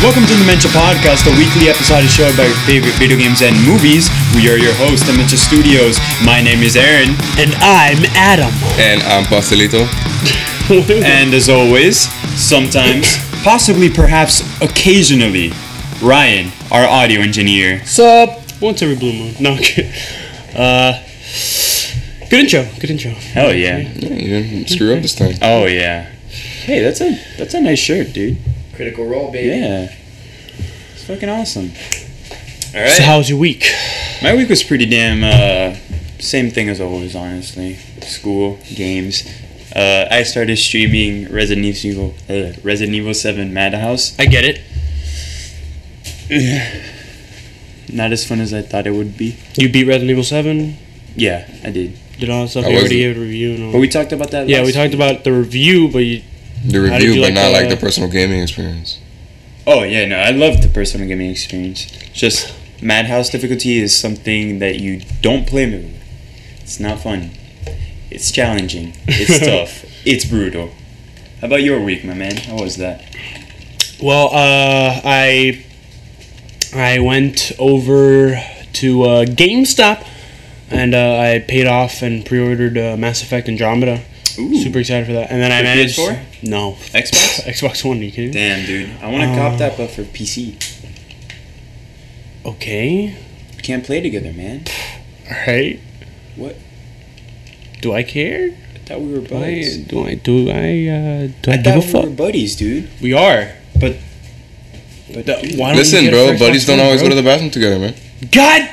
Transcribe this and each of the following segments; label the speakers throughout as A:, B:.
A: Welcome to the Mental Podcast, a weekly episodic show about your favorite video games and movies. We are your host, Dementia Studios. My name is Aaron,
B: And I'm Adam.
C: And I'm Basilito.
A: and as always, sometimes, possibly, perhaps, occasionally, Ryan, our audio engineer.
B: Sup? Once every blue moon. No, I'm kidding. Uh, good intro. Good intro.
A: Oh yeah,
C: Yeah, you didn't screw up this time.
A: oh yeah. Hey, that's a that's a nice shirt, dude.
D: Critical role, baby.
A: Yeah, it's fucking awesome. All
B: So, how was your week?
A: My week was pretty damn uh, same thing as always, honestly. School, games. Uh, I started streaming Resident Evil, uh, Resident Evil Seven Madhouse.
B: I get it.
A: Not as fun as I thought it would be.
B: You beat Resident Evil 7.
A: Yeah, I did.
B: Did all that stuff.
C: I
B: You already
C: wasn't-
B: gave it a review. And
A: But
B: all.
A: we talked about that.
B: Yeah,
A: last
B: we talked
A: week.
B: about the review, but you,
C: The
B: How did
C: review,
B: you
C: but
B: like
C: not
B: the- uh,
C: like the personal gaming experience.
A: Oh yeah, no, I love the personal gaming experience. Just Madhouse difficulty is something that you don't play with. It's not fun. It's challenging. It's tough. It's brutal. How about your week, my man? How was that?
B: well, uh, I, I went over to uh, GameStop, and uh, I paid off and pre-ordered uh, Mass Effect Andromeda.
A: Ooh,
B: Super excited for that. And then I
A: For
B: managed.
A: PS4?
B: No,
A: Xbox.
B: Xbox One. Are you kidding? me?
A: Damn, dude, I want to
B: Uh,
A: cop that, but for PC,
B: Okay.
A: we can't play together, man.
B: All right.
A: What?
B: Do I care?
A: I thought we were
B: Do I
A: buddies.
B: do I do I uh, do I,
A: I
B: give a
A: thought we
B: fuck?
A: were buddies, dude.
B: We are, but
A: But
B: The-
A: dude,
B: why don't
C: Listen,
B: you get a
C: bro,
B: first
C: buddies
B: one,
C: don't always
B: bro?
C: go to the bathroom together, man.
B: God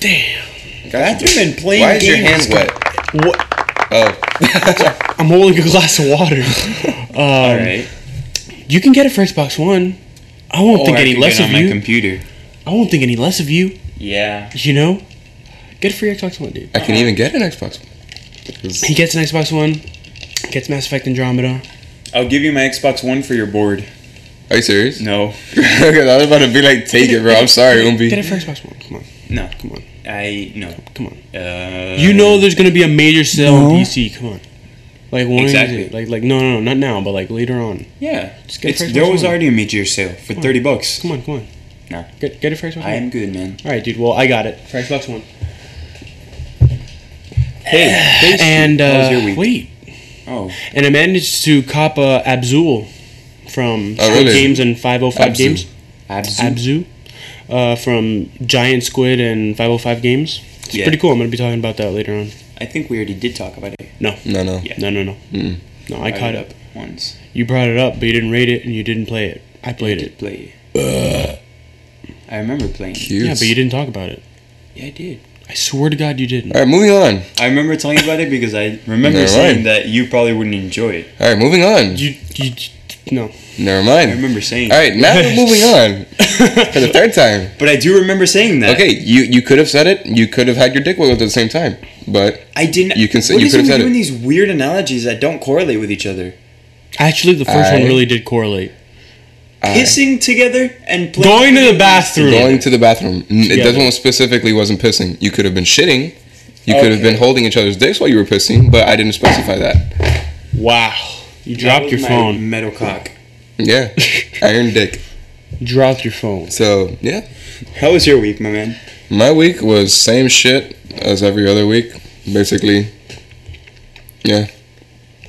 B: damn!
A: bathroom and playing
C: Why is your
A: games.
C: hands wet?
B: What?
C: Oh,
B: I'm holding a glass of water. um,
A: All right.
B: You can get it for Xbox One. I won't
A: Or
B: think
A: I
B: any
A: can
B: less
A: get
B: of
A: on my
B: you.
A: computer.
B: I won't think any less of you.
A: Yeah.
B: You know, get it for your Xbox One, dude.
C: I can even get an Xbox. 'Cause
B: He gets an Xbox One. Gets Mass Effect Andromeda.
A: I'll give you my Xbox One for your board.
C: Are you serious?
A: No,
C: 'Cause I was about to be like, take it, bro. I'm sorry,
B: Get it
C: Umbi.
B: for Xbox One. Come on,
A: no,
B: come on,
A: I no.
B: come on.
A: Uh,
B: You know there's gonna be a major sale
A: No.
B: on PC. Come on. Like when is
A: Exactly.
B: it? Like like no no no not now but like later on.
A: yeah.
B: Just get
A: It's,
B: first
A: there
B: one.
A: was already a mid-year sale for thirty bucks.
B: Come on come on.
A: No.
B: Get get it for Xbox One.
A: I am good, man.
B: All right, dude. Well, I got it for Xbox One.
A: Hey, thanks,
B: And
A: dude.
B: uh,
A: How was your week?
B: wait,
A: Oh,
B: and I managed to cop uh, Abzul from
C: Oh,
B: Squid
C: really?
B: Games and 505
C: Abzu.
B: Games.
A: abs.
B: Abzu uh, from Giant Squid and 505 Games. It's
A: Yeah.
B: pretty cool. I'm gonna be talking about that later on.
A: I think we already did talk about it.
C: No, no.
A: Yeah. Mm.
B: No no no.
C: Mm-mm.
B: No, I caught up.
A: once.
B: You brought it up, but you didn't rate it and you didn't play it. I played
A: Did
B: it.
A: play. I remember playing. it.
C: Cute.
B: Yeah, but you didn't talk about it.
A: Yeah, I did.
B: I swear to God, you didn't.
C: All right, moving on.
A: I remember telling you about it because I remember
C: Never
A: saying
C: mind.
A: that you probably wouldn't enjoy it.
C: All right, moving on.
B: You, you, no.
C: Never
A: I
C: mind.
A: remember saying,
C: All right, now we're moving on for the third time.
A: but I do remember saying that.
C: Okay, you you could have said it. You could have had your dick wiggled at the same time, but
A: I didn't.
C: You can say-
A: What
C: you
A: is
C: could
A: it
C: have
A: with
C: said
A: doing
C: it.
A: these weird analogies that don't correlate with each other.
B: Actually, the first one
C: I-
B: really did correlate.
C: I-
A: Kissing together and playing
B: Going to the bathroom.
C: going to the bathroom. N-
B: Together.
C: This one specifically wasn't pissing. You could have been shitting. You could have
A: Okay.
C: been holding each other's dicks while you were pissing, but I didn't specify that.
B: Wow. You
A: That
B: dropped
A: was
B: your
A: my
B: phone.
A: Metal cock.
C: Yeah, iron dick.
B: Dropped your phone.
C: So yeah,
A: How was your week, my man?
C: my week was same shit as every other week, basically. Yeah,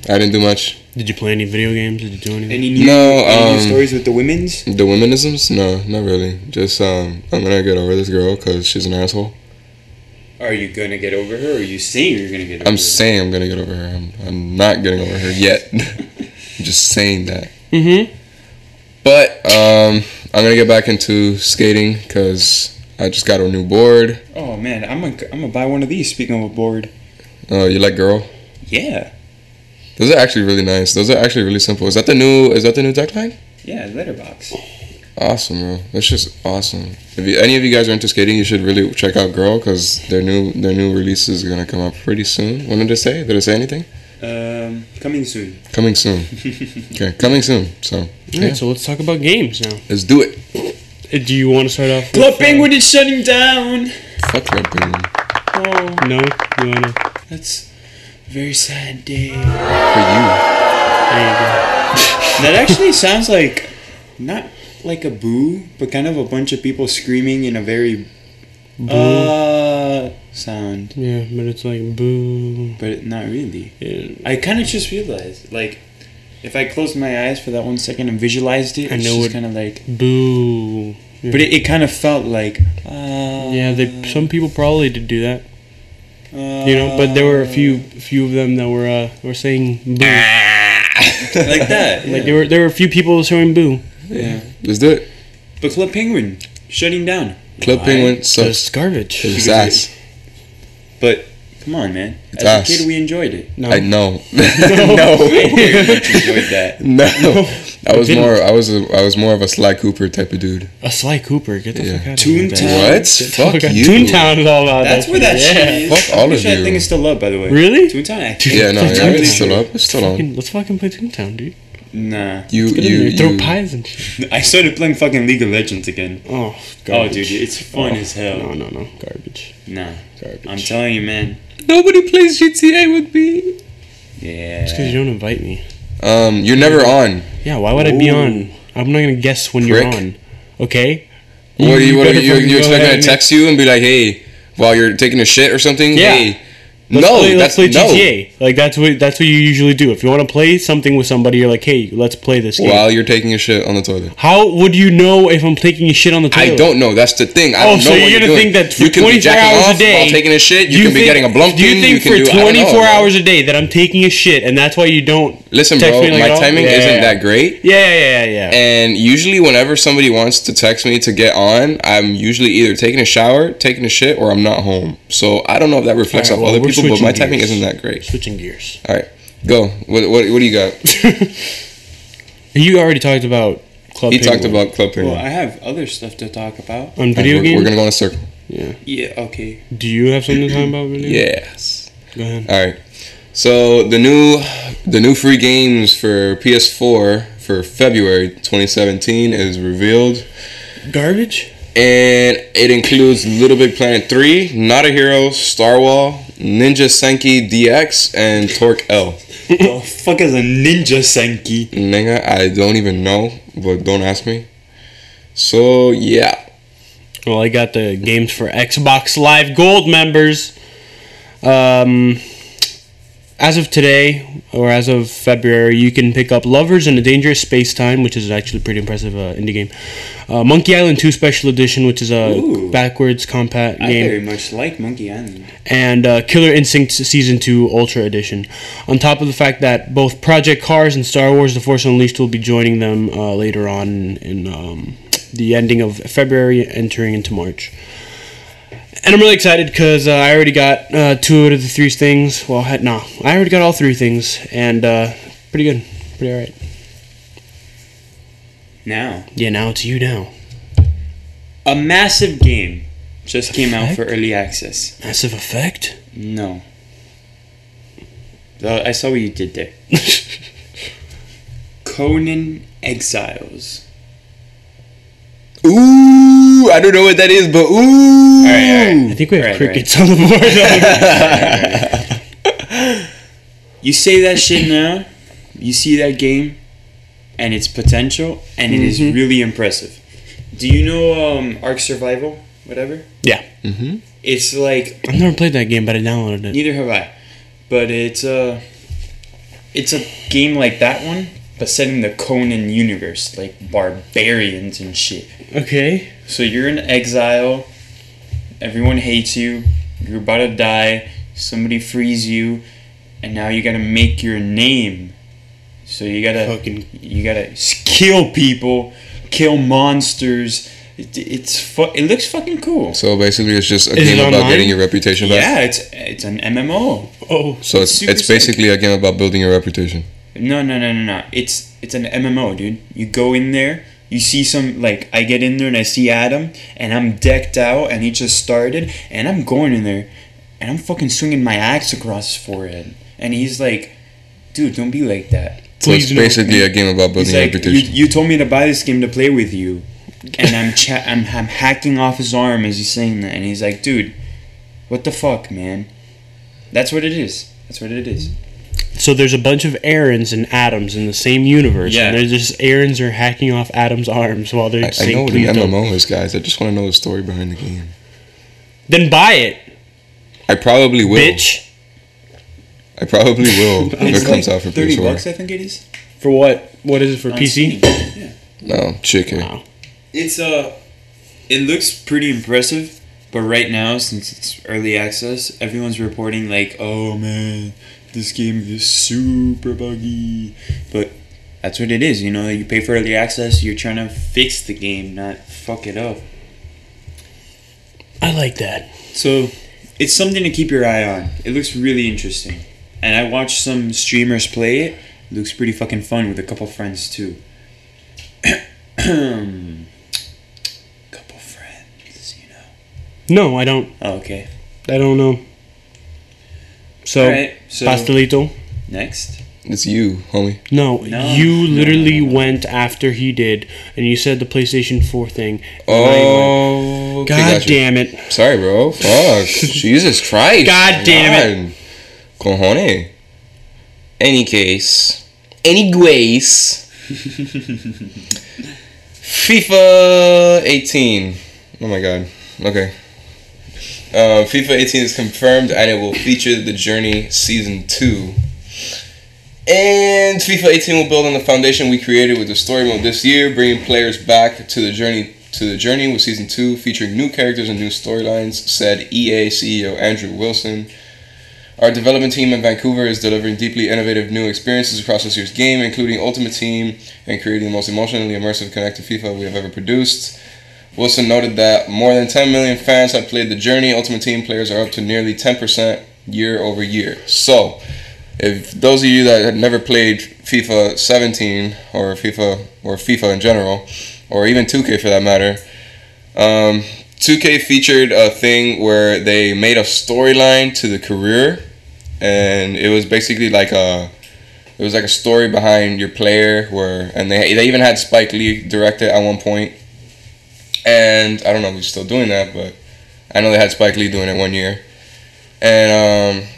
C: I didn't do much.
B: Did you play any video games? Did you do anything?
A: Any new,
C: No,
A: any new
C: um,
A: stories with the women's?
C: The womenisms? No, not really. Just um, I'm gonna get over this girl because she's an asshole.
A: Are you gonna get over her? Or are you saying you're gonna get over
C: I'm
A: her?
C: saying I'm gonna get over her. I'm, I'm not getting over her yet. I'm just saying that.
B: Mm-hmm.
C: But um, I'm gonna get back into skating because I just got a new board.
A: Oh man, I'm gonna I'm gonna buy one of these. Speaking of a board,
C: Oh, you like girl?
A: yeah,
C: Those are actually really nice. Those are actually really simple. Is that the new? Is that the new deckline?
A: yeah, letterbox.
C: Awesome, bro. That's just awesome. If you, any of you guys are into skating, you should really check out Girl because their new their new release is gonna come out pretty soon. When did it say? Did it say anything?
A: Um, coming soon.
C: Coming soon. Okay, coming soon. So
B: All
C: Yeah.
B: right, so let's talk about games now.
C: let's do it.
B: Uh, Do you want to start off?
A: Club Penguin is shutting down.
C: Fuck Red Penguin.
A: Oh,
B: No, you wanna?
A: that's a very sad day.
C: For you.
B: There
A: That actually sounds like not like a boo, but kind of a bunch of people screaming in a very
B: you go. Boo.
A: uh sound,
B: yeah, but it's like boo.
A: but not really.
B: Yeah.
A: I kind of just realized, like, if I closed my eyes for that one second and visualized it,
B: I
A: it's
B: know
A: just
B: what-
A: kind of like.
B: Boo.
A: But it, it kind of felt like. Uh,
B: Yeah, they some people probably did do that,
A: Uh,
B: you know. But there were a few, few of them that were uh, were saying boo.
A: uh, like that.
B: Like
A: Like
B: there were there were a few people showing boo.
A: yeah.
C: Let's do it.
A: But Club Penguin shutting down.
C: Club
A: Why?
C: Penguin sucks.
B: It's garbage.
C: It's ass.
A: But come on, man.
C: It's
A: As
C: us.
A: a kid, we enjoyed it.
B: No,
C: I know.
A: I
C: no.
A: very much enjoyed that.
C: No, I was
B: didn't.
C: more. I was. A, I was more of a Sly Cooper type of dude.
B: a Sly Cooper. Get the
C: Yeah.
B: fuck out of here.
A: Toontown.
B: with that.
C: What? Fuck
B: Okay,
C: you.
B: Toontown is all about
A: That's
B: that.
A: where that shit is.
C: Fuck all
A: Which
C: of
A: I
C: you.
A: think it's still up, by the way.
B: Really?
A: Toontown? I-
C: Yeah, no,
B: Fuck
C: yeah,
B: you.
C: it's still up. It's still on.
B: Fucking, let's fucking play Toontown, dude.
A: Nah.
C: You,
B: Get in
C: you,
B: there, throw
C: you.
B: pies and shit.
A: I started playing fucking League of Legends again.
B: Oh,
A: Oh,
B: garbage.
A: dude, it's fun
B: Oh,
A: as hell.
B: No, no, no, garbage,
A: Nah.
B: garbage.
A: I'm telling you, man.
B: Nobody plays GTA with me. It's because
A: Yeah.
B: you don't invite me.
C: Um, you're never on.
B: Yeah, why would I be
A: Ooh.
B: on? I'm not gonna guess when
C: Prick.
B: you're on. Okay.
C: What do you? What are
B: better
C: you?
B: fucking
C: You
B: go
C: expect
B: ahead
C: me to
B: and-
C: text you and be like, "Hey, while you're taking a shit or something"?
B: Yeah.
C: Hey.
B: Let's
C: no,
B: play,
C: that's
B: let's play
C: no.
B: GTA. Like that's what that's what you usually do. If you want to play something with somebody, you're like, hey, let's play this game.
C: While you're taking a shit on the toilet.
B: How would you know if I'm taking a shit on the toilet?
C: I don't know. That's the thing. I
B: Oh,
C: don't know
B: so
C: what
B: you're gonna
C: doing.
B: think that for
C: you can be
B: 24
C: jacking
B: hours a
C: off while
B: day,
C: taking a shit. You, can be
B: think-
C: getting a blumpkin.
B: Do you think
C: can do,
B: for
C: I don't know,
B: 24
C: bro.
B: hours a day that I'm taking a shit and that's why you don't?
C: Listen,
B: text
C: bro,
B: me like
C: my
B: at all?
C: timing
B: Yeah,
C: isn't
B: yeah,
C: that great.
B: Yeah, yeah, yeah, yeah.
C: And usually, whenever somebody wants to text me to get on, I'm usually either taking a shower, taking a shit, or I'm not home. So I don't know if that reflects
B: Alright,
C: off
B: well,
C: other
B: we're
C: people, but
B: switching
C: my timing
B: gears.
C: isn't that great.
B: Switching gears.
C: All right, go. What what, what do you got?
B: you already talked about Club
C: He
B: Penguin
C: talked about Club
A: Well,
C: Penguin.
A: I have other stuff to talk about.
B: on
C: Alright,
B: video
C: we're,
B: games.
C: we're gonna go in a circle.
A: Yeah, okay.
B: Do you have something to talk about? Video?
C: Yes.
B: Go ahead.
C: All right. So the new the new free games for PS4 for February 2017 is revealed.
B: Garbage.
C: and it includes Little Big Planet 3, Not a Hero, Starwall, Ninja Senki DX, and Torque L.
A: the fuck is a ninja Senki?
C: Nigga, I don't even know, but don't ask me. So, yeah.
B: Well, I got the games for Xbox Live Gold members. Um, as of today, or as of February, you can pick up Lovers in a Dangerous Space Time, which is actually a pretty impressive uh, indie game. Uh, Monkey Island 2 Special Edition, which is a
A: Ooh.
B: backwards compat
A: I
B: game
A: very much like Monkey Island.
B: and uh, Killer Instinct Season 2 Ultra Edition. On top of the fact that both Project Cars and Star Wars The Force Unleashed will be joining them uh, later on in um, the ending of February, entering into March. And I'm really excited because uh, I already got uh, two out of the three things. Well, heck, nah, I already got all three things, and uh, pretty good. Pretty alright.
A: Now,
B: Yeah, now it's you now.
A: a massive game just came out for early access.
B: Massive Effect?
A: No. Though I saw what you did there. Conan Exiles.
C: Ooh, I don't know what that is, but ooh.
A: Alright,
B: I think we have
A: Right,
B: crickets on the board.
A: You say that shit now, you see that game and its potential, and it is really impressive. Do you know um, Ark Survival? Whatever?
B: yeah.
A: Mm-hmm. It's like
B: I've never played that game, but I downloaded it.
A: Neither have I. But it's a it's a game like that one, but set in the Conan universe, like barbarians and shit.
B: Okay.
A: So you're in exile. Everyone hates you. You're about to die. Somebody frees you, and now you gotta make your name. So you gotta
B: Fucking-
A: you gotta s- kill people, kill monsters. It, it's fu- it looks fucking cool.
C: So basically, it's just a
B: Is it
C: game about
B: online?
C: getting your reputation back.
A: Yeah, it's it's an MMO.
B: Oh.
C: So it's,
A: Super
C: it's basically a game about building your reputation.
A: No, no, no, no, no. It's it's an MMO, dude. You go in there, you see some like I get in there and I see Adam and I'm decked out and he just started and I'm going in there and I'm fucking swinging my axe across his forehead and he's like, dude, don't be like that.
C: So it's
B: Please no.
C: basically a game about building
A: He's
C: your
A: like, you,
C: reputation.
A: you told me to buy this game to play with you, and I'm, cha- I'm I'm hacking off his arm as he's saying that, and he's like, dude, What the fuck, man? That's what it is. That's what it is.
B: So there's a bunch of Aarons and Adams in the same universe.
A: Yeah.
B: And there's just Aarons are hacking off Adam's arms while they're
C: I, I
B: saying,
C: know what an
B: "Please don't."
C: MMO is, guys. I just want to know the story behind the game.
B: Then buy it,
C: I probably will.
B: bitch.
C: I probably will if it comes out for
A: thirty bucks,
C: PS4.
A: I think it is.
B: For what? What is it for
A: on
B: PC?
A: Steam. Yeah.
C: No, chicken.
B: Wow.
A: It's uh, it looks pretty impressive, but right now since it's early access, everyone's reporting like, "Oh man, this game is super buggy." But that's what it is, you know. You pay for early access, you're trying to fix the game, not fuck it up.
B: I like that.
A: So it's something to keep your eye on. It looks really interesting, and I watched some streamers play it. it looks pretty fucking fun with a couple friends too. couple friends, you know.
B: No, I don't.
A: Oh, okay.
B: I don't know. So,
A: All right. So
B: pastelito.
A: next,
C: It's you, homie.
B: No,
A: No,
B: you
A: no,
B: literally
A: no, no, no.
B: went after he did, and you said the PlayStation Four thing. and I went,
C: Oh, okay,
B: God
C: gotcha.
B: damn it!
C: Sorry, bro. Fuck. Jesus Christ.
B: God damn
C: it. Cojones. Any case. Anyways. FIFA 18. Oh my god. Okay. Uh, FIFA 18 is confirmed and it will feature the Journey Season 2. And FIFA 18 will build on the foundation we created with the story mode this year, bringing players back to the journey to the journey with season two, featuring new characters and new storylines. Said E EA CEO Andrew Wilson. Our development team in Vancouver is delivering deeply innovative new experiences across this year's game, including Ultimate Team and creating the most emotionally immersive connected FIFA we have ever produced. Wilson noted that more than 10 million fans have played the journey. Ultimate Team players are up to nearly 10% year over year. So, if those of you that had never played FIFA 17 or FIFA or FIFA in general, or even 2K for that matter, um, 2K featured a thing where they made a storyline to the career, and it was basically like a it was like a story behind your player where and they they even had Spike Lee direct it at one point, and I don't know if he's still doing that, but I know they had Spike Lee doing it one year, and um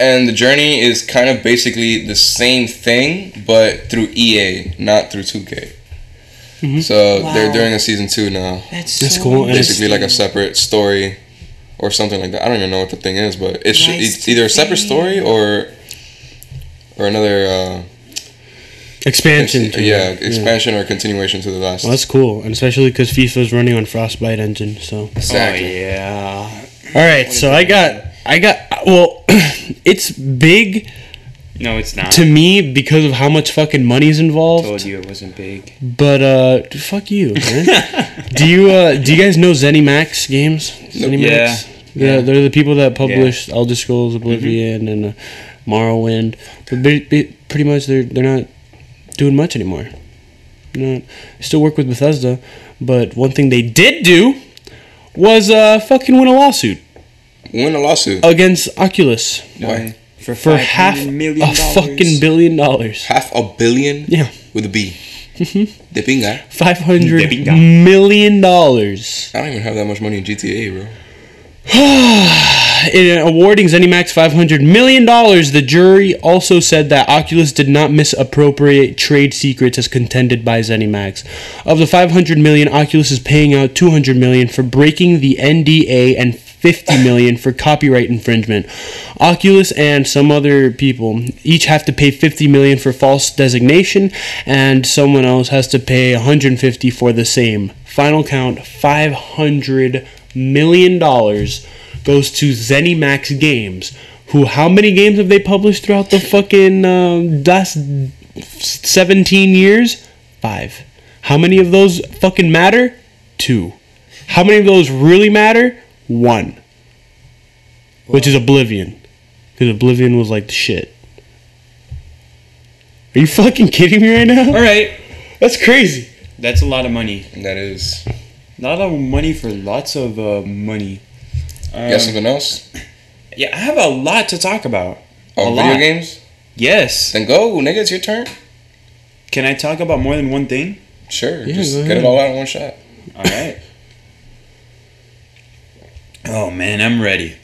C: and the journey is kind of basically the same thing but through EA, not through 2K.
B: Mhm.
C: So they're
A: Wow.
C: doing a season two now,
A: that's
B: That's so cool, and it's-
C: basically like a separate story or something like that. I don't even know what the thing is, but it should,
A: Nice
C: it's either a separate story or or another uh,
B: Expansion. to
C: yeah
B: it,
C: expansion or continuation to the last.
B: Well, that's cool, and especially because FIFA is running on Frostbite engine. So,
C: exactly.
A: Oh yeah.
B: all right. So I got, I got. Well, it's big
A: No, it's not.
B: to me because of how much fucking money's
A: I
B: involved.
A: told you it wasn't big.
B: But uh, fuck you. Man. do you uh, do you guys know ZeniMax games?
A: Yeah.
B: ZeniMax. Yeah,
A: Yeah. Mm-hmm.
B: they're the people that published Elder Scrolls Oblivion and uh, Morrowind. But ba- ba- pretty much they're they're not doing much anymore. Not still work with Bethesda, but one thing they did do was uh, fucking win a lawsuit
C: Win a lawsuit.
B: Oh. against Oculus
C: Why?
A: For, $500
B: for half
A: million
B: a fucking billion dollars.
C: Half a billion
B: Yeah,
C: with a B. the binga.
B: five hundred
A: There we go.
B: million dollars.
C: I don't even have that much money in GTA, bro.
B: In awarding ZeniMax $500 million, the jury also said that Oculus did not misappropriate trade secrets as contended by ZeniMax. Of the $500 million, Oculus is paying out $200 million for breaking the NDA and $50 million for copyright infringement. Oculus and some other people each have to pay $50 million for false designation, and someone else has to pay $150 for the same. Final count, $500 million goes to ZeniMax Games, who how many games have they published throughout the fucking um last seventeen years? Five. How many of those fucking matter? Two. How many of those really matter? One. Which is Oblivion, because Oblivion was like the shit. Are you fucking kidding me right now?
A: All right,
B: That's crazy.
A: that's a lot of money.
C: That is.
A: A lot of money for lots of uh, money. Um,
C: You got something else?
A: yeah, I have a lot to talk about.
C: Oh,
A: a
C: video
A: lot.
C: games?
A: Yes.
C: Then go, nigga. It's your turn.
A: Can I talk about more than one thing?
C: Sure.
B: Yeah,
C: just
B: go
C: get
B: ahead.
C: it all out in one shot.
A: All right. Oh man, I'm ready.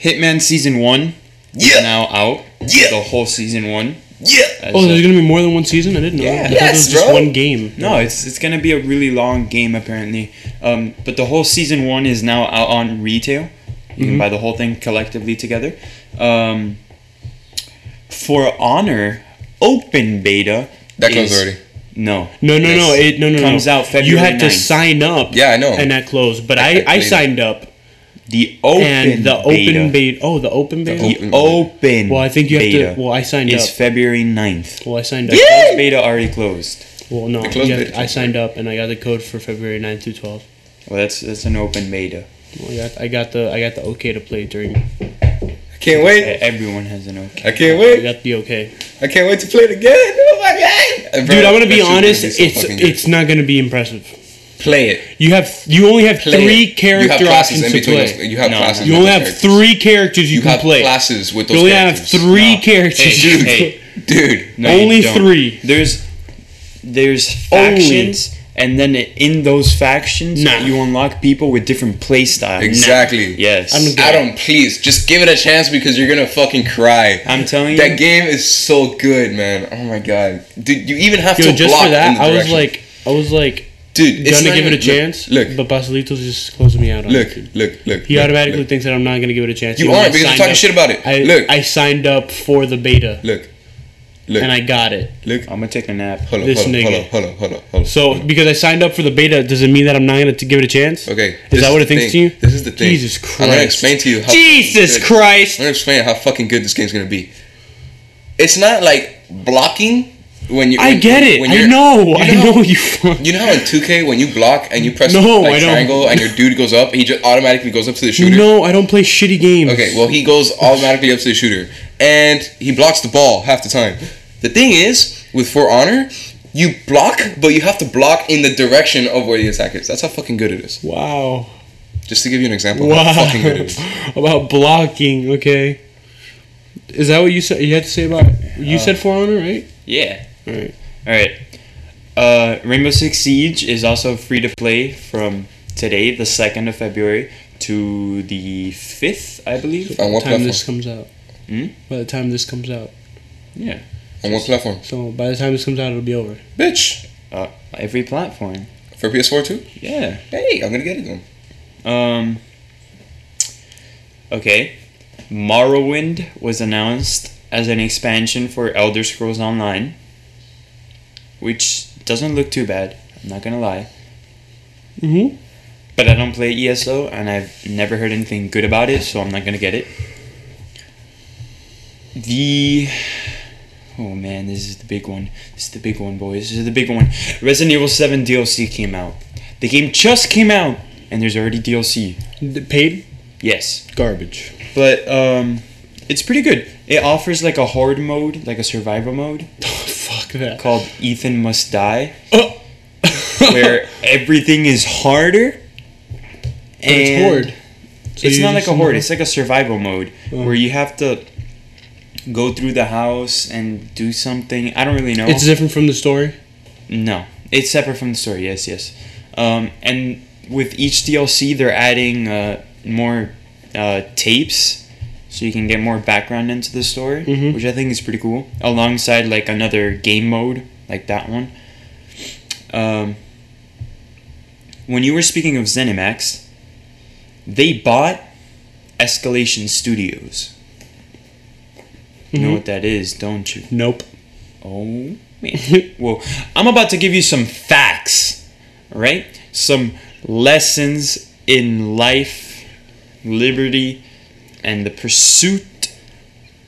A: Hitman season one is
C: Yeah,
A: now out.
C: Yeah.
A: The whole season one.
C: yeah.
A: As
B: Oh,
A: of-
B: there's gonna be more than one season. I didn't know.
A: Yeah.
B: that. I thought it was
C: Yes,
B: just
C: bro.
B: one game.
A: No, it's it's gonna be a really long game apparently. Um, but the whole season one is now out on retail. You
B: Mm-hmm.
A: can buy the whole thing collectively together. Um, For Honor open beta.
C: That closed
A: is-
C: already.
A: No,
B: No, no, no.
A: Yes.
B: It no, no, no.
A: Comes out
B: You
A: February
B: had to
A: 9th.
B: sign up.
C: Yeah, I know.
B: And that closed, but
C: I
B: I, I
C: played it.
B: signed up
A: the open
B: and the
A: beta.
B: open beta. Oh, the open beta.
C: open-
A: The open.
B: Well, I think you have to-
A: beta
B: well, I signed
A: is
B: up.
A: February 9th.
B: well, I signed up.
A: Closed beta already closed.
B: Well, no,
C: closed
B: yeah,
C: beta.
B: I signed up and I got the code for February 9 through 12.
A: Well, that's that's an open beta.
B: Well, I got, I got the I got the okay to play during.
C: I can't
A: E-
C: wait.
A: Everyone has an okay.
C: I can't
B: I
C: wait.
B: got the okay.
C: I can't wait to play it again. Oh my god, Bro,
B: Dude, I'm gonna
C: that
B: be
C: shit's gonna
B: honest.
C: be so
B: it's
C: fucking good.
B: it's not gonna be impressive.
C: play it.
B: You have you only have
C: Play
B: three
C: it.
B: character
C: you have classes
B: options
C: in
B: to
C: between.
B: play.
C: Those, you have
A: No,
C: classes.
B: you
C: with
B: only
C: those
B: have
C: characters.
B: three characters you,
C: You
B: can
C: have
B: play.
C: classes with those.
B: you only have
C: characters.
B: three characters. you
A: Hey,
B: can
A: hey,
C: Dude,
A: No, you
B: Only
A: don't.
B: three.
A: There's there's
B: Only.
A: factions, and then in those factions,
B: Nah.
A: you unlock people with different play styles.
C: Exactly.
A: Yes.
B: I'm-
A: I'm,
C: Adam, please just give it a chance because you're gonna fucking cry.
A: telling you.
C: That game is so good, man. Oh my god, dude! You even have
B: Yo,
C: to
B: just
C: block
B: for
C: in
B: that,
C: the
B: I was
C: direction.
B: like, I was like,
C: dude, it's
B: gonna
C: not
B: give it
C: even-
B: a chance.
C: Look,
B: but Basilitos just closed me out on
C: look,
B: it.
C: look, look.
B: He
C: look,
B: automatically
C: look,
B: thinks that I'm not gonna give it a chance.
C: You
B: even though
C: aren't
B: I
C: because you're
B: signed
C: talking
B: up-
C: shit about it.
B: I,
C: Look.
B: I signed up for the beta
C: look, look,
B: and I got it.
C: look.
A: I'm gonna take a nap.
C: Hold up,
B: this
C: hold up, hold
B: nigga.
C: up, hold up, hold up, hold up.
B: So because I signed up for the beta, does it mean that I'm not gonna t- give it a chance?
C: okay,
B: Is
C: this
B: that what
C: the
B: it thinks
C: thing.
B: to you?
C: This is the thing.
B: Jesus Christ!
C: I'm gonna explain to you. How fucking
B: Jesus
C: good-
B: Christ!
C: I'm gonna explain how fucking good this game's gonna be. It's not like blocking when you.
B: I
C: when-
B: get
C: when-
B: it.
C: when
B: I
C: you're-
B: know. I
C: know-
B: know you. fuck-
C: You know how in 2K when you block and you press
B: No, I
C: like,
B: don't.
C: triangle and your dude goes up, he just automatically goes up to the shooter.
B: No, I don't play shitty games.
C: Okay, well he goes automatically up to the shooter and he blocks the ball half the time. The thing is, with For Honor, you block, but you have to block in the direction of where the attack is. That's how fucking good it is.
B: Wow.
C: Just to give you an example of how
B: Wow.
C: fucking good it is.
B: about blocking. Okay. Is that what you said? You had to say about you said for honor, right?
A: Yeah.
B: All right.
A: All right. Uh, Rainbow Six Siege is also free to play from today, the second of February, to the fifth, I believe.
C: On
B: By the
C: what
B: time
C: platform?
B: this comes out.
A: Hmm?
B: By the time this comes out.
A: Yeah.
C: On what platform?
B: So by the time this comes out, it'll be over.
C: Bitch.
A: Uh, every platform.
C: For PS4 too?
A: Yeah.
C: Hey, I'm gonna get it then.
A: Um. Okay, Morrowind was announced as an expansion for Elder Scrolls Online, which doesn't look too bad. I'm not gonna lie,
B: Mm-hmm.
A: but I don't play ESO, and I've never heard anything good about it, so I'm not gonna get it. The oh man, this is the big one. This is the big one, boys. This is the big one. Resident Evil Seven DLC came out. The game just came out, and there's already DLC.
B: paid
A: Yes.
B: garbage.
A: but um, it's pretty good. It offers like a hard mode, like a survival mode
B: Oh, fuck that.
A: called Ethan Must Die,
B: Oh.
A: where everything is harder.
B: But it's horde. So
A: it's
B: you
A: not like
B: just-
A: a horde. It's like a survival mode
B: Oh.
A: where you have to go through the house and do something. I don't really know.
B: It's different from the story.
A: No, it's separate from the story. Yes, yes. Um, and with each DLC, they're adding uh, more uh, tapes, so you can get more background into the story,
B: Mhm.
A: which I think is pretty cool. Alongside like another game mode, like that one. Um, when you were speaking of ZeniMax, they bought Escalation Studios. You know
B: Mhm.
A: what that is, don't you?
B: Nope.
A: Oh man. well, I'm about to give you some facts, all right? Some lessons in life, liberty, and the pursuit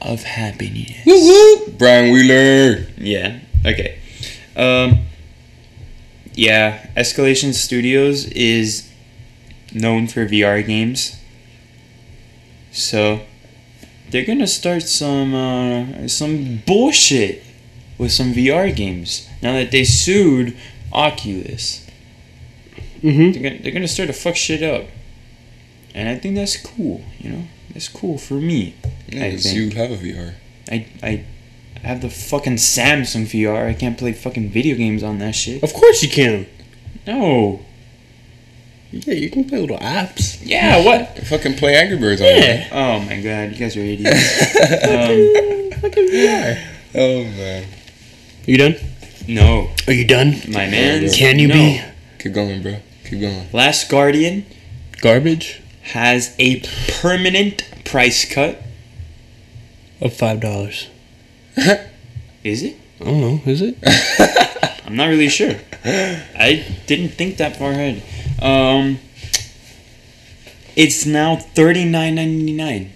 A: of happiness.
C: Woo woo! Brian Wheeler.
A: Yeah. Okay. Um, yeah, Escalation Studios is known for VR games. So they're gonna start some uh, some bullshit with some VR games now that they sued Oculus.
B: Mm-hmm.
A: They're gonna, they're gonna start to fuck shit up, and I think that's cool. You know, that's cool for me. I
C: Yes,
A: think.
C: you have a VR.
A: I I have the fucking Samsung VR. I can't play fucking video games on that shit.
B: Of course you can.
A: No.
B: Yeah, you can play little apps.
A: Yeah, what?
C: Fucking play Angry Birds on
B: Yeah.
A: Oh my god, you guys are idiots.
C: it.
A: um,
B: Fucking VR.
C: oh man,
B: You done?
A: no,
B: Are you done?
A: my man.
B: Can you
A: no.
B: be
C: keep going, bro. Keep going.
A: Last Guardian
B: garbage
A: has a permanent price cut.
B: of five dollars?
A: Is it?
B: I don't know. Is it?
A: I'm not really sure. I didn't think that far ahead. Um, it's now thirty nine ninety nine.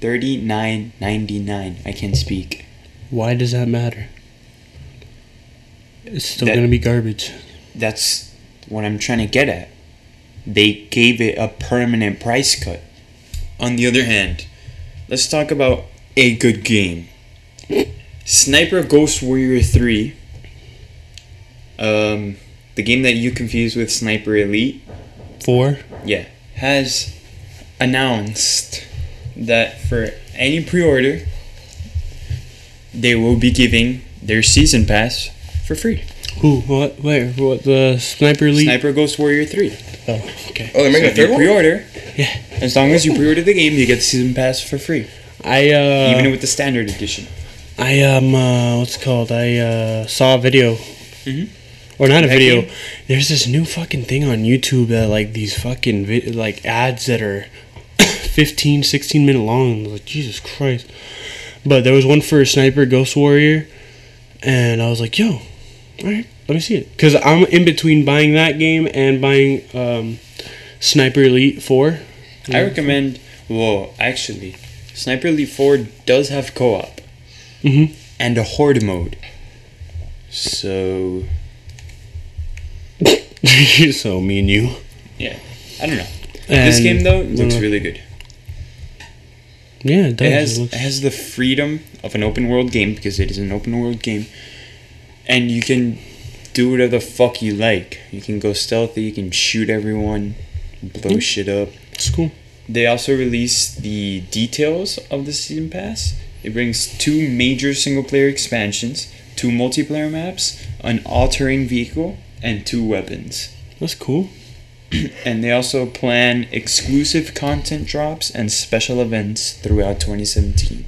A: Thirty nine ninety nine. I can't speak.
B: Why does that matter? It's still
A: That-
B: gonna be garbage.
A: That's what I'm trying to get at. They gave it a permanent price cut. On the other hand, let's talk about a good game. Sniper Ghost Warrior 3. Um, the game that you confuse with Sniper Elite.
B: Four.
A: yeah, has announced that for any pre-order, they will be giving their season pass for free.
B: Who? What? Where? What? The sniper league?
A: Sniper Ghost Warrior Three.
B: Oh, okay.
C: Oh,
A: So
C: they're
A: if
C: making a
A: you
C: third one.
A: pre-order,
B: Yeah.
A: as long as you pre-order the game, you get the season pass for free,
B: I uh.
A: even with the standard edition.
B: I um uh, what's it called I uh, saw a video,
A: Mhm.
B: or not a
A: That
B: video.
A: game?
B: There's this new fucking thing on YouTube that like these fucking vi- like ads that are 15, 16 minute long. And I was like Jesus Christ, but there was one for Sniper Ghost Warrior, and I was like, yo, all right, let me see it because I'm in between buying that game and buying um, Sniper Elite Four.
A: I recommend. Whoa, actually, Sniper Elite Four does have co-op
B: Mm-hmm.
A: and a horde mode. So
B: Mm-hmm. so me and you.
A: I don't know. this
B: And-
A: game though looks
B: uh,
A: really good.
B: yeah. It, does.
A: It has
B: It
A: it
B: looks-
A: has the freedom of an open world game because it is an open world game, and you can do whatever the fuck you like. You can go stealthy. You can shoot everyone, blow
B: Mm.
A: shit up.
B: it's cool.
A: They also released the details of the season pass. It brings two major single player expansions, two multiplayer maps, an all terrain vehicle, and two weapons.
B: That's cool.
A: And they also plan exclusive content drops and special events throughout 2017.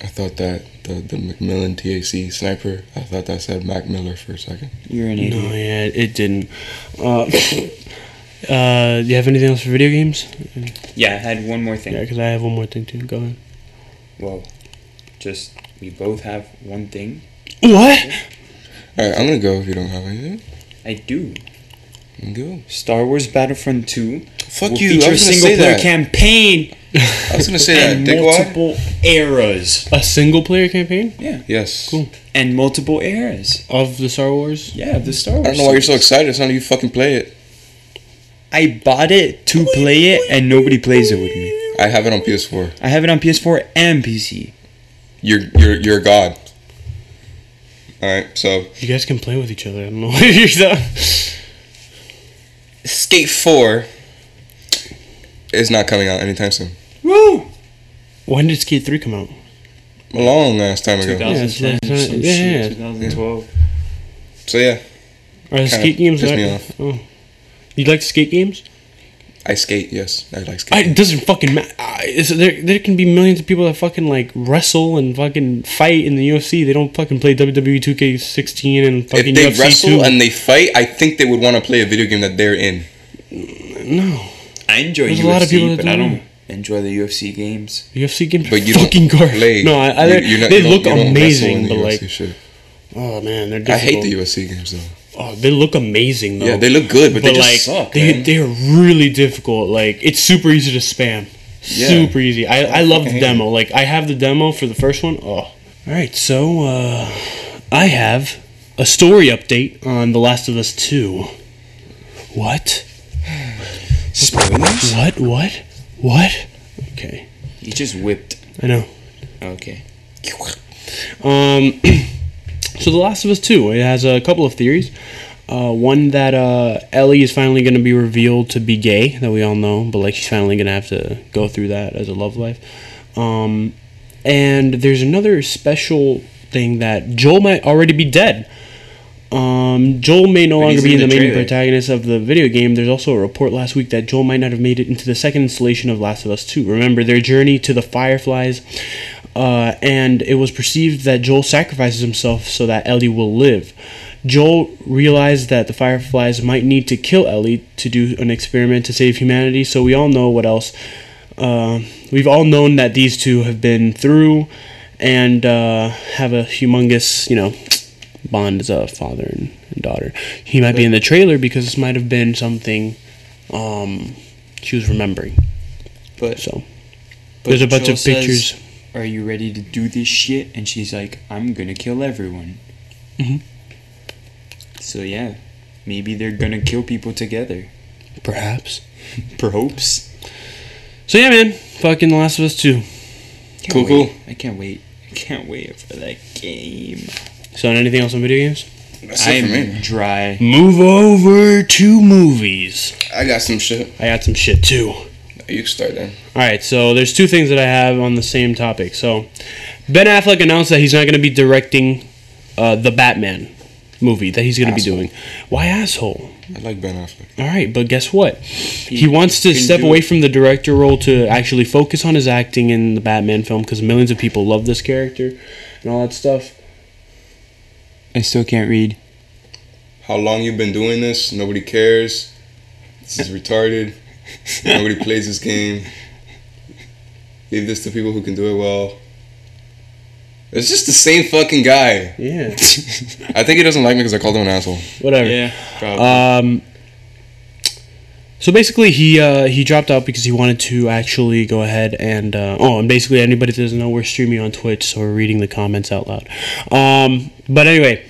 C: I thought that the the McMillan TAC sniper. I thought that said Mac Miller for a second.
A: You're an
B: No,
A: idiot.
B: yeah, it didn't. Uh, uh, do you have anything else for video games?
A: Yeah, I had one more
B: Yeah,
A: thing.
B: because I have one more thing too. Go ahead.
A: Whoa. Just, we both have one thing.
B: What?
C: All right, I'm gonna go if you don't have anything.
A: I do.
C: You can Go.
A: Star Wars Battlefront 2
C: Fuck
A: will
C: you.
A: feature
C: I was gonna
A: a
C: say
A: single player
C: that.
A: campaign
C: I was gonna say that.
A: and
C: Dickwad.
A: multiple eras.
B: A single player campaign
C: Yes.
B: Cool.
A: And multiple eras.
B: of the Star Wars?
A: Yeah, the Star Wars.
C: I don't know why you're so
A: series.
C: excited. It's not like you fucking play it.
A: I bought it to play it, and nobody plays it with me.
C: I have it on PS4.
A: I have it on PS4 and PC.
C: You're you're you're a god. All right, so
B: You guys can play with each other. I don't know. what you're so-
C: Skate Four is not coming out anytime soon.
A: Woo!
B: when did Skate Three come out?
C: A long ass time ago.
A: 2010,
B: Yeah, it's-
A: some
B: yeah,
A: shit,
B: yeah.
A: 2012.
C: So yeah,
B: Are the
C: Kinda
B: skate games?
C: pissed me
B: that-
C: off.
B: Oh. You like skate games?
C: I skate. Yes, I like
B: I,
C: skate.
B: it doesn't fucking matter. There, there can be millions of people that fucking like wrestle and fucking fight in the UFC. They don't fucking play E WWE 2K16 and fucking
C: if they
B: UFC
C: wrestle
B: 2.
C: and they fight, I think they would want to play a video game that they're in.
B: no.
A: I enjoy
B: There's
A: UFC,
B: a lot of people that
A: but I
B: don't.
A: don't enjoy the UFC games.
B: UFC games
C: But
B: are
C: you don't
B: fucking garbage.
C: Play.
B: No, I, I,
C: You- you're not-
B: they
C: you don't-
B: look
C: you don't wrestle in
B: amazing,
C: the
B: but
C: UFC
B: like,
C: shit.
B: oh man, they're
C: I
B: difficult.
C: hate the USC games though.
B: Oh, they look amazing though.
C: Yeah, they look good, but,
B: but
C: they
B: like
C: just suck.
B: they
C: man.
B: they are really difficult. Like it's super easy to spam.
C: Yeah.
B: Super easy. I, I love
C: fucking
B: the
C: hate
B: demo. Like I have the demo for the first one. Oh. All right, so uh, I have a story update on The Last of Us Two. What?
A: Spoilers?
B: What? What? What? Okay,
A: You just whipped.
B: I know.
A: Okay.
B: Um, so The Last of Us 2, it has a couple of theories. Uh, one that uh, Ellie is finally going to be revealed to be gay, that we all know, but like she's finally going to have to go through that as a love life. Um, and there's another special thing that Joel might already be dead. Um, Joel may no
A: But he's
B: longer be
A: in
B: the,
A: the
B: main
A: trailer.
B: protagonist of the video game. There's also a report last week that Joel might not have made it into the second installation of Last of Us 2. Remember their journey to the Fireflies, uh, and it was perceived that Joel sacrifices himself so that Ellie will live. Joel realized that the Fireflies might need to kill Ellie to do an experiment to save humanity, so we all know what else. Uh, we've all known that these two have been through and uh, have a humongous, you know, Bond is a father and, and daughter. He might be in the trailer because this might have been something um, she was remembering.
A: But,
B: So
A: but
B: there's a bunch
A: Joel
B: of
A: says,
B: pictures.
A: Are you ready to do this shit? And she's like, I'm gonna kill everyone.
B: Mhm.
A: So yeah, maybe they're gonna kill people together.
B: Perhaps.
A: Perhaps.
B: So yeah, man. Fucking The Last of Us Two.
A: Can't
C: Cool,
A: wait.
C: cool.
A: I can't wait. I can't wait for that game.
B: So anything else on video games?
C: That's it for me.
A: I'm dry.
B: Move over to movies.
C: I got some shit.
B: I got some shit too.
C: You can start then.
B: All right, so there's two things that I have on the same topic. So, Ben Affleck announced that he's not going to be directing uh, the Batman movie that he's going to be
C: Asshole.
B: doing. Why asshole?
C: I like Ben Affleck.
B: All right, but guess what? He, wants to
A: couldn't
B: step
A: do
B: away
A: it.
B: from the director role to actually focus on his acting in the Batman film because millions of people love this character and all that stuff.
A: I still can't read.
C: How long you been doing this? Nobody cares. This is retarded. Nobody plays this game. Leave this to people who can do it well. It's just the same fucking guy.
B: Yeah,
C: I think he doesn't like me because I called him an asshole. Uh,
B: whatever.
A: Yeah.
C: Probably.
B: Um, so basically, he uh, he dropped out because he wanted to actually go ahead and uh, oh, and basically anybody that doesn't know we're streaming on Twitch, so we're reading the comments out loud. Um, but anyway,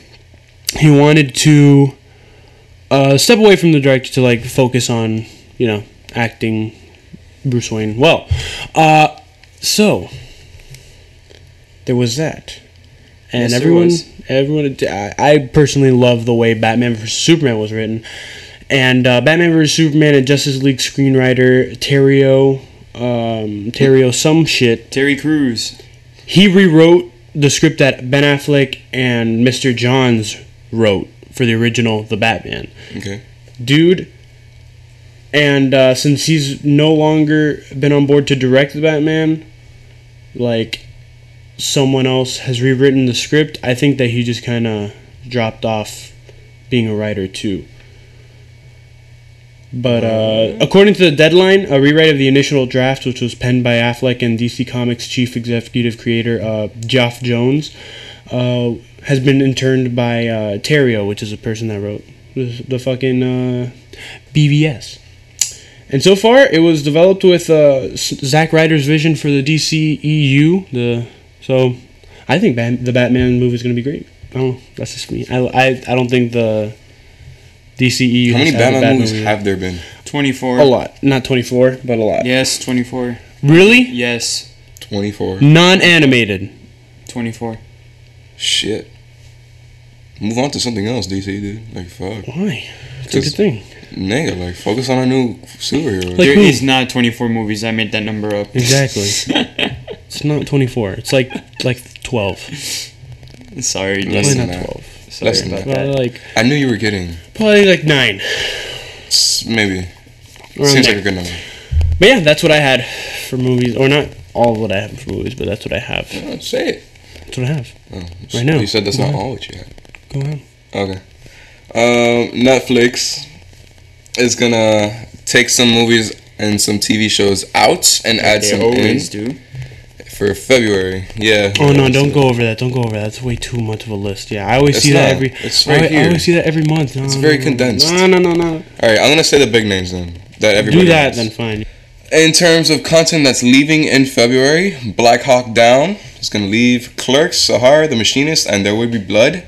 B: he wanted to uh, step away from the director to like focus on you know acting Bruce Wayne. Well, uh, so there was that.
A: Yes,
B: And
A: there
B: everyone,
A: was.
B: everyone, I, I personally love the way Batman vs Superman was written, and uh, Batman vs Superman and Justice League screenwriter Terrio, um, Terrio some shit.
A: Terry Crews.
B: He rewrote the script that Ben Affleck and Mr. Johns wrote for the original The Batman
C: okay.
B: dude. And uh, since he's no longer been on board to direct the Batman, like someone else has rewritten the script, I think that he just kind of dropped off being a writer too. But uh, according to the deadline, a rewrite of the initial draft, which was penned by Affleck and DC Comics chief executive creator uh, Geoff Jones, uh, has been interned by uh, Terrio, which is the person that wrote the, the fucking uh, BVS. And so far, it was developed with uh, S- Zack Ryder's vision for the DCEU. The so, I think Bat- the Batman movie is going to be great. I don't know. That's just me. I, I, I don't think the DCEU.
C: How many
B: has to have a
C: Batman
B: bad
C: movies
B: movie.
C: have there been?
A: 24.
B: A lot. Not 24, but a lot.
A: Yes, 24.
B: Really?
A: Yes,
C: 24.
B: Non animated.
A: 24.
C: Shit. Move on to something else, DC, dude. Like, fuck.
B: Why? It's a good
C: Just-
B: thing.
C: Nigga, like, focus on a new superhero.
B: Like
A: There is
B: who?
A: not 24 movies. I made that number up.
B: Exactly. It's not 24. It's like like 12.
A: Sorry,
C: Less
B: Probably
A: Jason.
C: than
B: not
C: that.
B: 12.
A: Sorry
C: less than
A: about
B: Probably
A: that.
B: like,
C: I knew you were getting.
B: probably like 9.
C: s- Maybe.
B: Around
C: Seems like
B: there.
C: a good number.
B: But yeah, that's what I had for movies. Or not all of what I have for movies, but that's what I have.
C: No, say it.
B: That's what I have.
C: Oh,
B: Right now.
C: You said that's not
B: Yeah.
C: all what you had.
B: Go ahead.
C: Okay. Um, Netflix is gonna take some movies and some TV shows out and add
A: They
C: some
A: always
C: in
A: do.
C: for February. Yeah.
B: Oh no! Don't go over that. Don't go over that. That's way too much of a list. Yeah, I always
C: It's
B: see that
C: not.
B: every.
C: It's
B: I,
C: right
B: always- I
C: here.
B: always see that every month. No,
C: It's
B: no,
C: very
B: no.
C: condensed.
B: No, no, no, no.
C: All right, I'm gonna say the big names then. That everybody
B: Do that,
C: knows.
B: then fine.
C: In terms of content that's leaving in February, Black Hawk Down is going to leave. Clerks, Sahara, The Machinist, and There Will Be Blood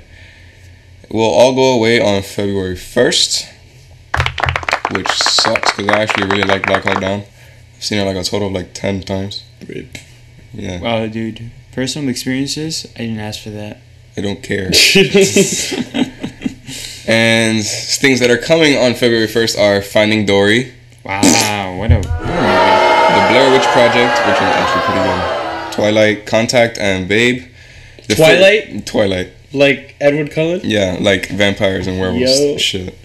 C: will all go away on February 1st, which sucks because I actually really like Black Hawk Down. I've seen it like a total of like 10 times. Yeah,
A: Wow, dude. Personal experiences? I didn't ask for that.
C: I don't care. And things that are coming on February 1st are Finding Dory,
A: wow, what a.
C: The Blair Witch Project, which is actually pretty good, Twilight, Contact, and Babe. The fir-
B: Twilight?
C: Twilight.
B: like Edward Cullen.
C: Yeah, like vampires and werewolves
B: Yo.
C: shit.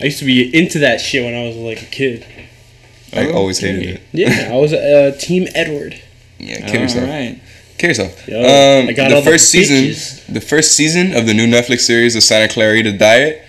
B: I used to be into that shit when I was like a kid.
C: I
A: Oh,
C: always hated it.
B: Yeah, I was uh, Team Edward.
C: Yeah, kill
A: All
C: yourself.
A: right.
C: Kill yourself.
B: Yo,
C: um,
B: I got
C: the
B: all the
C: first
B: bitches.
C: season, the first season of the new Netflix series, The Santa Clarita Diet,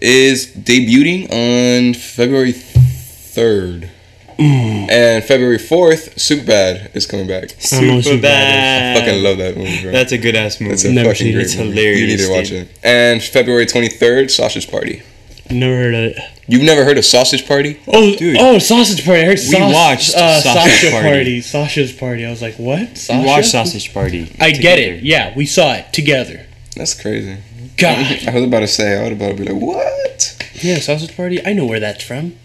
C: is debuting on February third,
B: Mm.
C: and February fourth, Superbad is coming back.
B: I don't know what
A: Super
B: Superbad is.
A: bad.
C: Fucking love that movie, bro.
A: That's a good ass movie.
C: It's a
B: Never
C: fucking
B: seen it.
C: great
B: It's
C: movie.
A: hilarious,
C: You need to watch
A: dude.
C: it. And February twenty third, Sausage Party.
B: Never heard of it.
C: You've never heard of Sausage Party?
B: Oh,
A: Dude.
B: oh, sausage party. I heard we
A: watched
B: uh,
A: Sausage
B: Sasha
A: Party.
B: party. Sasha's party. I was like, what?
A: You
B: Sasha?
A: watch Sausage Party.
B: I get
A: together.
B: it. Yeah, we saw it together.
C: That's crazy.
B: God.
C: I was about to say, I was about to be like, what?
B: yeah, sausage party. I know where that's from.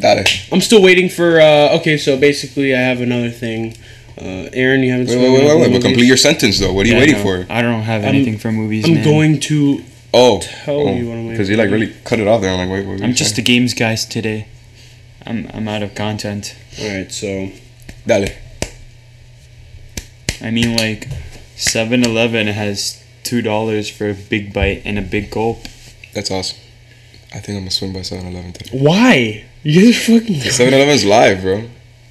C: Got it.
B: I'm still waiting for. Uh, okay, so basically, I have another thing. Uh, Aaron, you haven't.
C: Wait,
B: seen
C: wait, wait,
B: another
C: wait, wait. But
B: movie?
C: complete your sentence though. What are you
A: Yeah,
C: waiting
A: no,
C: for?
A: I don't have anything for movies.
B: I'm
A: man.
B: going to.
C: Oh,
B: Tell you what I'm waiting
C: because you like
B: for.
C: really cut it off there. I'm like, wait, what? were
A: I'm
C: you
A: just the games guys today. I'm I'm out of content.
B: All right, so
C: saying? Dale.
A: I mean, like, 7 Eleven has $2 for a big bite and a big gulp.
C: That's awesome. I think I'm gonna swing by 7-Eleven today.
B: why you guys are fucking
C: 7-Eleven is live, bro.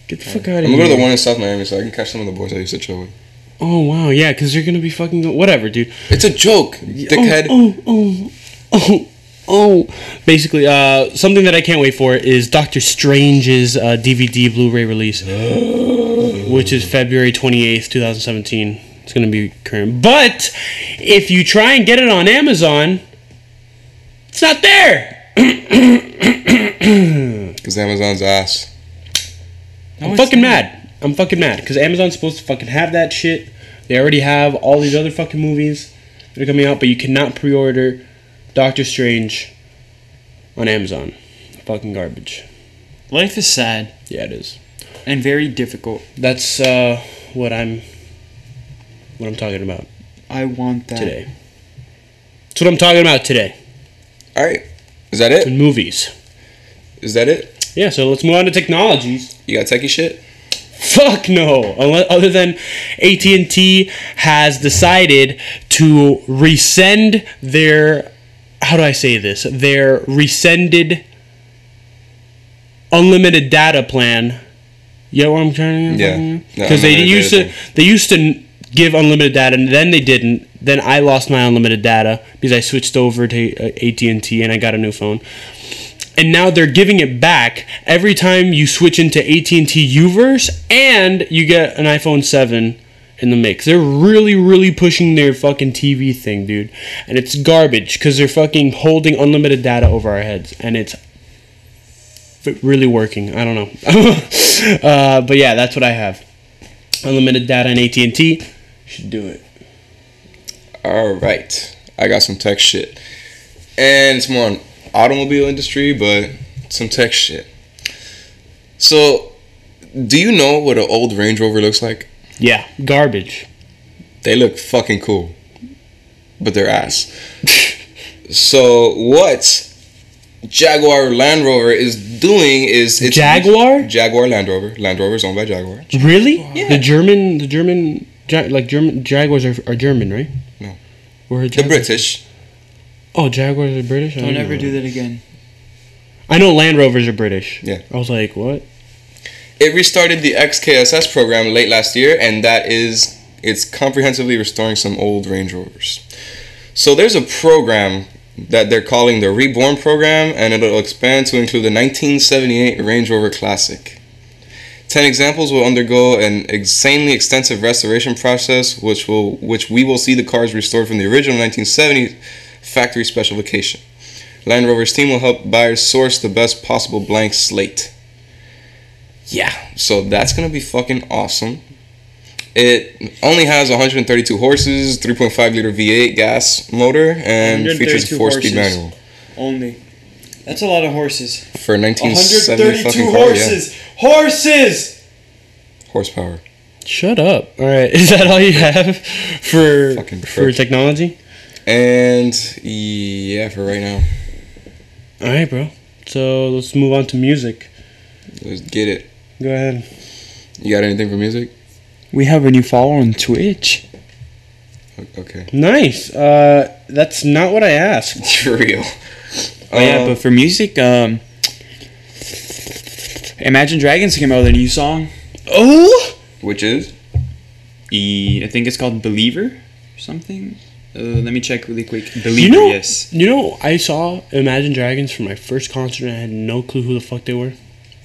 B: get the fuck out
C: I'm
B: of
C: gonna go to
B: here?
C: the one in South Miami so I can catch some of the boys I used to chill with.
B: Oh wow, yeah, because you're gonna be fucking go- whatever, dude.
C: It's a joke, dickhead.
B: Oh, oh, oh, oh. Basically, uh, something that I can't wait for is Doctor Strange's uh, DVD Blu-ray release, which is February twenty eighth, two thousand seventeen. It's gonna be current, but if you try and get it on Amazon, it's not there.
C: Because Amazon's ass.
B: I'm fucking mad. I'm fucking mad because Amazon's supposed to fucking have that shit. They already have all these other fucking movies that are coming out, but you cannot pre-order Doctor Strange on Amazon. Fucking garbage.
A: Life is sad
B: Yeah, it is.
A: and very difficult.
B: That's uh, what I'm what I'm talking about
A: I want that.
B: today. That's what I'm talking about today
C: All right, is that it?
B: in movies.
C: Is that it?
B: Yeah, so let's move on to technologies.
C: You got techie shit?
B: Fuck no! Unless, other than AT and T has decided to resend their, how do I say this? Their rescinded unlimited data plan. You know what I'm trying to
C: Yeah. No,
B: Because they
C: unlimited
B: used
C: data
B: to they used to give unlimited data, and then they didn't. Then I lost my unlimited data because I switched over to AT and T, and I got a new phone and now they're giving it back every time you switch into AT&T Uverse and you get an iPhone 7 in the mix. They're really really pushing their fucking TV thing, dude. And it's garbage cuz they're fucking holding unlimited data over our heads and it's f- really working. I don't know. uh, but yeah, that's what I have. Unlimited data and AT&T should do it.
C: All right, I got some tech shit, and it's more on automobile industry, but some tech shit. So, do you know what an old Range Rover looks like?
B: Yeah, garbage.
C: They look fucking cool, but they're ass. so what Jaguar Land Rover is doing is it's
B: Jaguar?
C: Jaguar Land Rover. Land Rover is owned by Jaguar.
B: Really? The German, the German, ja- like German Jaguars are, are German, right?
C: No.
B: We're
C: The
B: Jaguars.
C: British.
B: Oh, Jaguars are British. I
A: Don't
B: didn't
A: ever
B: know
A: do that again.
B: I know Land Rovers are British.
C: Yeah.
B: I was like, what?
C: It restarted the XKSS program late last year, and that is it's comprehensively restoring some old Range Rovers. So there's a program that they're calling the Reborn program, and it'll expand to include the 1978 Range Rover Classic. Ten examples will undergo an insanely extensive restoration process, which will which we will see the cars restored from the original 1970 factory specification. Land Rover's team will help buyers source the best possible blank slate. Yeah, so that's gonna be fucking awesome. It only has 132 horses, 3.5 liter V8 gas motor, and features
A: 132
C: a four-speed
A: horses.
C: manual
A: Only. That's a lot of horses.
C: for 1970 fucking
A: 132
C: car. Yeah,
A: horses. Horses!
C: horsepower.
B: Shut up. All right. Is that all you have for
C: Fucking
B: for
C: prick.
B: technology?
C: And yeah, for right now,
B: All right, bro. So let's move on to music.
C: let's get it.
B: Go ahead.
C: You got anything for music?
A: We have a new follower on Twitch.
C: Okay.
B: Nice. Uh, that's not what I asked.
C: For real.
A: Oh, yeah,
C: Uh,
A: but for music, um, Imagine Dragons came out with a new song.
B: Oh,
C: which is
A: E, I think it's called Believer or something. Uh, let me check really quick. Believer,
B: you know,
A: yes.
B: you know, I saw Imagine Dragons for my first concert, and I had no clue who the fuck they were.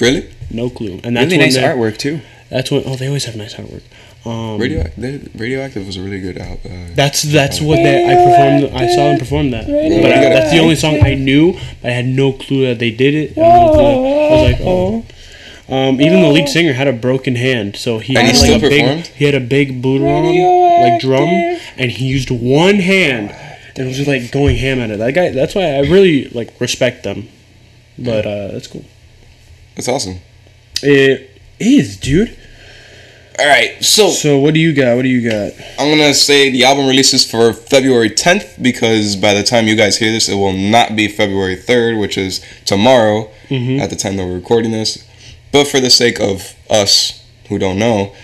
C: really
B: No clue. And that's
A: Really
B: when
A: nice
B: they-
A: artwork, too.
B: That's when. Oh, they always have nice artwork. Um,
C: radioac- they- radioactive was a really good album. Uh,
B: That's that's what they, I performed. I saw them perform that, but I, that's the only song I knew. But I had no clue that they did it. I, had no clue that- I was like, oh. Um, even the lead singer had a broken hand, so he
C: And
B: had
C: he
B: like
C: still
B: a big
C: performed?
B: he had a big booturong like drum, and he used one hand and was just like going ham at it. That guy. That's why I really like respect them. But uh, that's cool.
C: that's awesome.
B: It is, dude.
C: All right, so
B: So what do you got? What do you got?
C: I'm gonna say the album releases for February 10th because by the time you guys hear this, it will not be February 3rd, which is tomorrow
A: Mm-hmm.
B: Mhm.
C: at the time that we're recording this. But for the sake of us who don't know,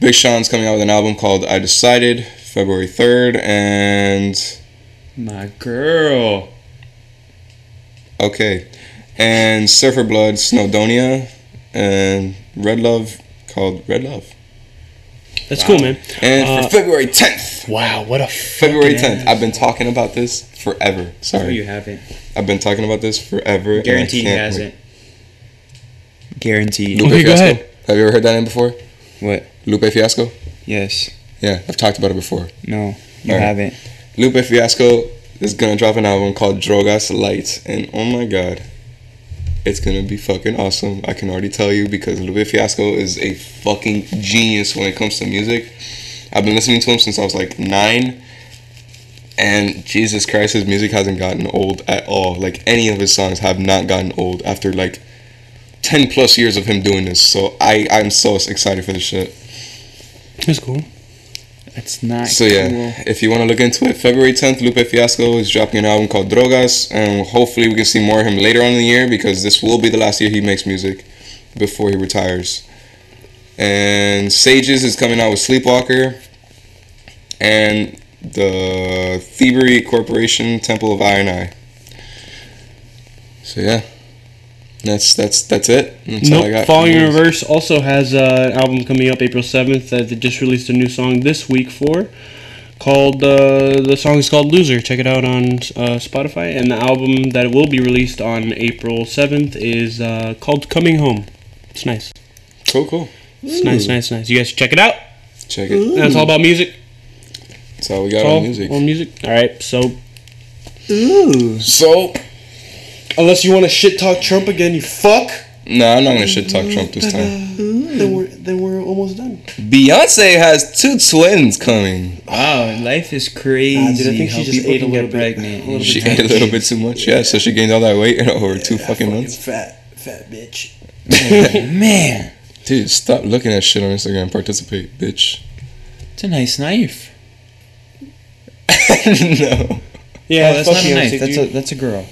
C: Big Sean's coming out with an album called I Decided February 3rd, and
A: My girl.
C: okay, and Surfer Blood Snowdonia and Red Love called Red Love.
B: That's
A: Wow.
B: cool, man.
C: And
B: Uh,
C: for February 10th,
B: Wow, what a
C: February
B: fucking
C: 10th, I've been talking about this forever.
A: Oh,
C: Sorry.
A: you have it.
C: I've been talking about this forever. and I
A: Guaranteed he
C: can't
A: has
C: wait.
A: it. Guaranteed.
C: Lupe
B: Okay, go
C: Fiasco.
B: ahead.
C: Have you ever heard that name before?
A: What?
C: Lupe Fiasco.
A: Yes.
C: Yeah, I've talked about it before.
A: No. You
C: Alright.
A: haven't.
C: Lupe Fiasco is gonna drop an album called Drogas Light, and oh my god, it's gonna be fucking awesome. I can already tell you because Lupe Fiasco is a fucking genius when it comes to music. I've been listening to him since I was like nine, and Jesus Christ, his music hasn't gotten old at all. Like any of his songs have not gotten old after like ten plus years of him doing this. So I I'm so excited for this shit.
B: That's cool.
A: That's not
C: So yeah, if you want to look into it, February 10th, Lupe Fiasco is dropping an album called Drogas, and hopefully we can see more of him later on in the year because this will be the last year he makes music before he retires. And Sages is coming out with Sleepwalker, and the Thievery Corporation Temple of I and I. So yeah, that's that's that's it. That's all I
B: nope.
C: got. Mm-hmm.
B: Falling in Reverse also has uh, an album coming up April 7th that they just released a new song this week for called uh, the song is called Loser. Check it out on uh, Spotify and the album that will be released on April 7th is uh, called Coming Home. It's nice.
C: Cool, cool.
B: It's nice, nice, nice. You guys should check it out.
C: Check it.
B: That's all about music.
C: That's all we
B: It's
C: got
B: all
C: on music.
B: on music. All right. So
C: So
B: unless you want to shit talk Trump again, you fuck.
C: no, I'm not gonna shit talk Trump this time.
B: Then we're then we're almost done.
C: Beyonce has two twins coming.
A: Wow, life is crazy.
B: Ah, dude, I think she just ate a little bit- a little
A: She
C: She ate a little bit too much, yeah, so she gained all that weight in over two fucking months.
B: Fat fat bitch.
A: Oh, Man,
C: Dude, stop looking at shit on Instagram. Participate, bitch.
A: it's a nice knife.
C: no.
B: Yeah,
A: oh, that's
B: fuck
A: not a
B: Beyonce,
A: knife. That's
B: dude.
A: a that's a girl.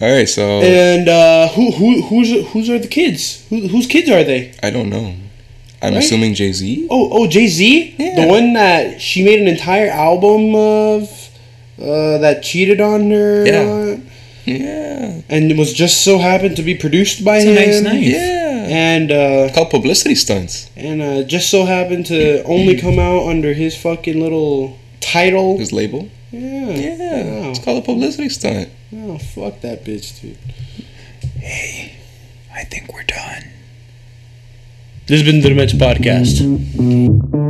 C: All right, so
B: And uh, who who who's who's are the kids? Who, whose kids are they?
C: I don't know. I'm
B: Right?
C: assuming Jay Z.
B: Oh oh Jay Z,
C: Yeah.
B: the one that she made an entire album of, uh, that cheated on her,
C: Yeah. Yeah.
B: and it was just so happened to be produced by
A: It's a
B: him.
A: nice knife.
C: Yeah.
B: And uh,
C: Called publicity stunts.
B: and uh, just so happened to only come out under his fucking little title.
C: His label.
B: Yeah.
C: Yeah.
B: Wow.
C: It's called a publicity stunt.
B: Oh, fuck that bitch, dude.
A: I think we're done.
B: This has been the Dimension Podcast.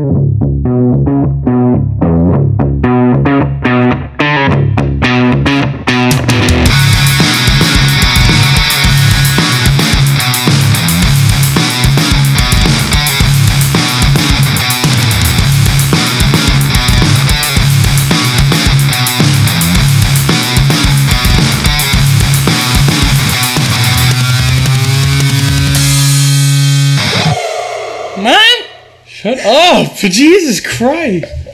B: Shut up! Jesus Christ!